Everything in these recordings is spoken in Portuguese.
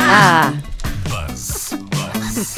Ah, Buzz. Buzz.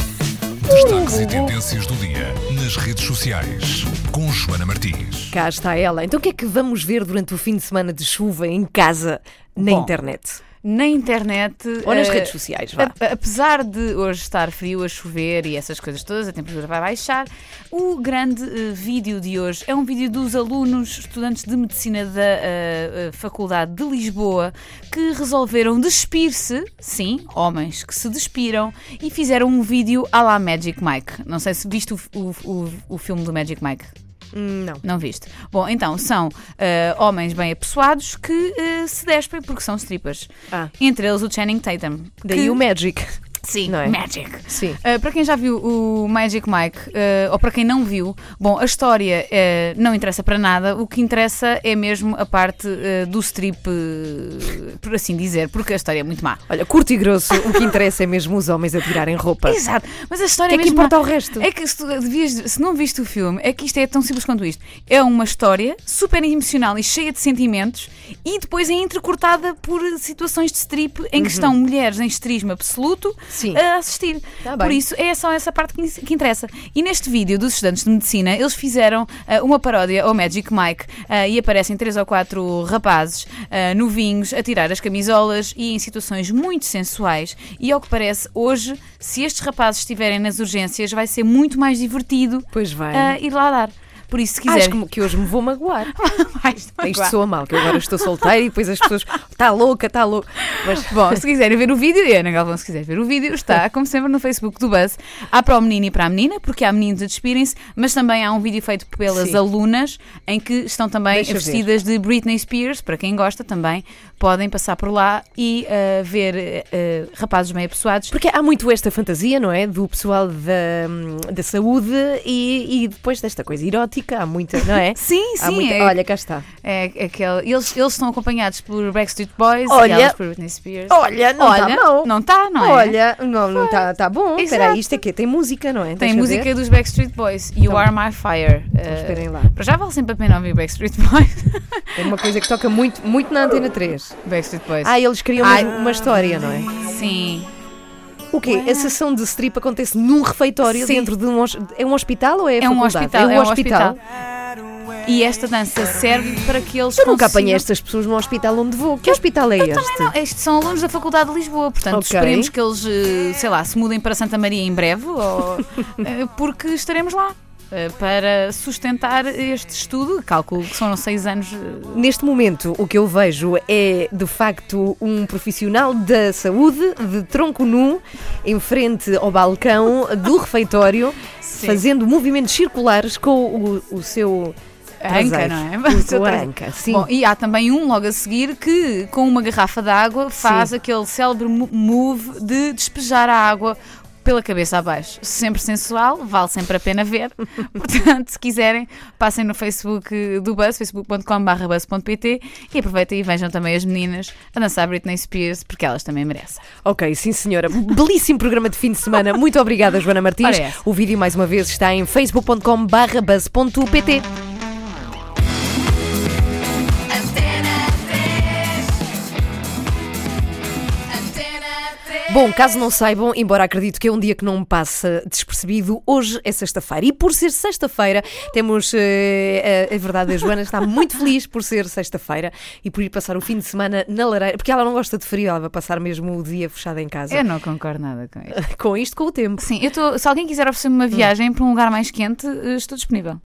Destaques e tendências do dia nas redes sociais. Com Joana Martins. cá está ela. Então o que é que vamos ver durante o fim de semana de chuva em casa, na Bom, internet? Na internet. Ou nas eh, redes sociais, vá. a- apesar de hoje estar frio, a chover e essas coisas todas, a temperatura vai baixar. O grande eh, vídeo de hoje é um vídeo dos alunos, estudantes de medicina da eh, eh, Faculdade de Lisboa, que resolveram despir-se, sim, homens que se despiram, e fizeram um vídeo à la Magic Mike. Não sei se viste o, o, o, o filme do Magic Mike. Não. Não viste. Bom, então, são eh, homens bem apessoados que eh, se despem porque são strippers. Ah. Entre eles o Channing Tatum. Daí que- o Magic. Sim, não é? Magic. Sim. Eh, para quem já viu o Magic Mike, eh, ou para quem não viu, bom, a história eh, não interessa para nada, o que interessa é mesmo a parte eh, do strip, eh, por assim dizer, porque a história é muito má. Olha, curto e grosso, o que interessa é mesmo os homens a tirarem roupa. Exato, mas a história O que é que mesmo má. importa o resto? É que se, tu devias- se não viste o filme, é que isto é tão simples quanto isto. É uma história super emocional e cheia de sentimentos e depois é entrecortada por situações de strip em que estão mulheres em esterismo absoluto Uhum. Sim. a assistir. Tá por bem. isso é só essa parte que, in- que interessa. E neste vídeo dos estudantes de medicina, eles fizeram ah, uma paródia ao Magic Mike ah, e aparecem três ou quatro rapazes ah, novinhos a tirar as camisolas e em situações muito sensuais. E ao que parece, hoje, se estes rapazes estiverem nas urgências, vai ser muito mais divertido Pois vai. ah, ir lá dar. Por isso, se quiseres. Acho que, que hoje me vou magoar. mais não Isto vá. soa mal, que eu agora estou solteira e depois as pessoas. Está louca, está louca. Mas Bom, se quiserem ver o vídeo, e Ana Galvão, se quiser ver o vídeo, está, como sempre, no Facebook do Buzz. Há para o menino e para a menina, porque há meninos a despirem-se, mas também há um vídeo feito pelas Sim. alunas, em que estão também Deixa vestidas de Britney Spears. Para quem gosta, também podem passar por lá e ah, ver ah, rapazes meio apessoados. Porque há muito esta fantasia, não é? Do pessoal da, da saúde e, e depois desta coisa erótica, há muita, não é? Sim, Há sim. muita- é, Olha, cá está. é aquele- eles, eles estão acompanhados por Backstreet Boys Olha. e elas por Britney Spears. Olha, não Olha, está mal. não está, não é? Olha, não, não está tá bom. Exato. Espera aí, isto é quê? Tem música, não é? Tem Deixa eu música ver. Então- dos Backstreet Boys, You Are My Fire. Ah, esperem lá. Para já vale sempre a pena ouvir Backstreet Boys. É uma coisa que toca muito, muito na Antena 3. Backstreet Boys. Ah, eles criam uma- Ai. uma história, não é? Sim. O quê? A sessão de strip acontece num refeitório Sim. dentro de um... hos- É um hospital ou é a É um faculdade? hospital. É um hospital. E esta dança serve para que eles. Tu nunca apanhei consigam- estas pessoas num hospital onde vou. Que hospital é este? Também não. Estes são alunos da Faculdade de Lisboa, portanto Ok. esperemos que eles, eh, sei lá, se mudem para Santa Maria em breve, ou, eh, porque estaremos lá eh, para sustentar este estudo. Calculo que são seis anos. eh, Neste momento, o que eu vejo é de facto um profissional da saúde de tronco nu em frente ao balcão do refeitório, Sim. fazendo movimentos circulares com o, o seu Anca, traseiro. não é? O O seu seu traseiro. anca, sim. Bom, e há também um logo a seguir que, com uma garrafa de água, faz Sim. aquele célebre mo- move de despejar a água pela cabeça abaixo. Sempre sensual, vale sempre a pena ver. Portanto, se quiserem, passem no Facebook eh, do Buzz, facebook.com.br buzz.pt e aproveitem e vejam também as meninas a dançar Britney Spears, porque elas também merecem. Ok, sim senhora. Belíssimo programa de fim de semana. Muito obrigada, Joana Martins. Ora essa. O vídeo, mais uma vez, está em facebook.com.br buzz.pt. Antena 3. Antena 3. Bom, caso não saibam, embora acredito que é um dia que não me passa despercebido, hoje é sexta-feira. E por ser sexta-feira, temos. eh, a, a verdade, a Joana está muito feliz por ser sexta-feira e por ir passar o fim de semana na lareira, porque ela não gosta de frio, ela vai passar mesmo o dia fechada em casa. Eu não concordo nada com isso. Com isto, com o tempo. Hum. Sim, eu tô, se alguém quiser oferecer-me uma viagem para um lugar mais quente, eh, estou disponível.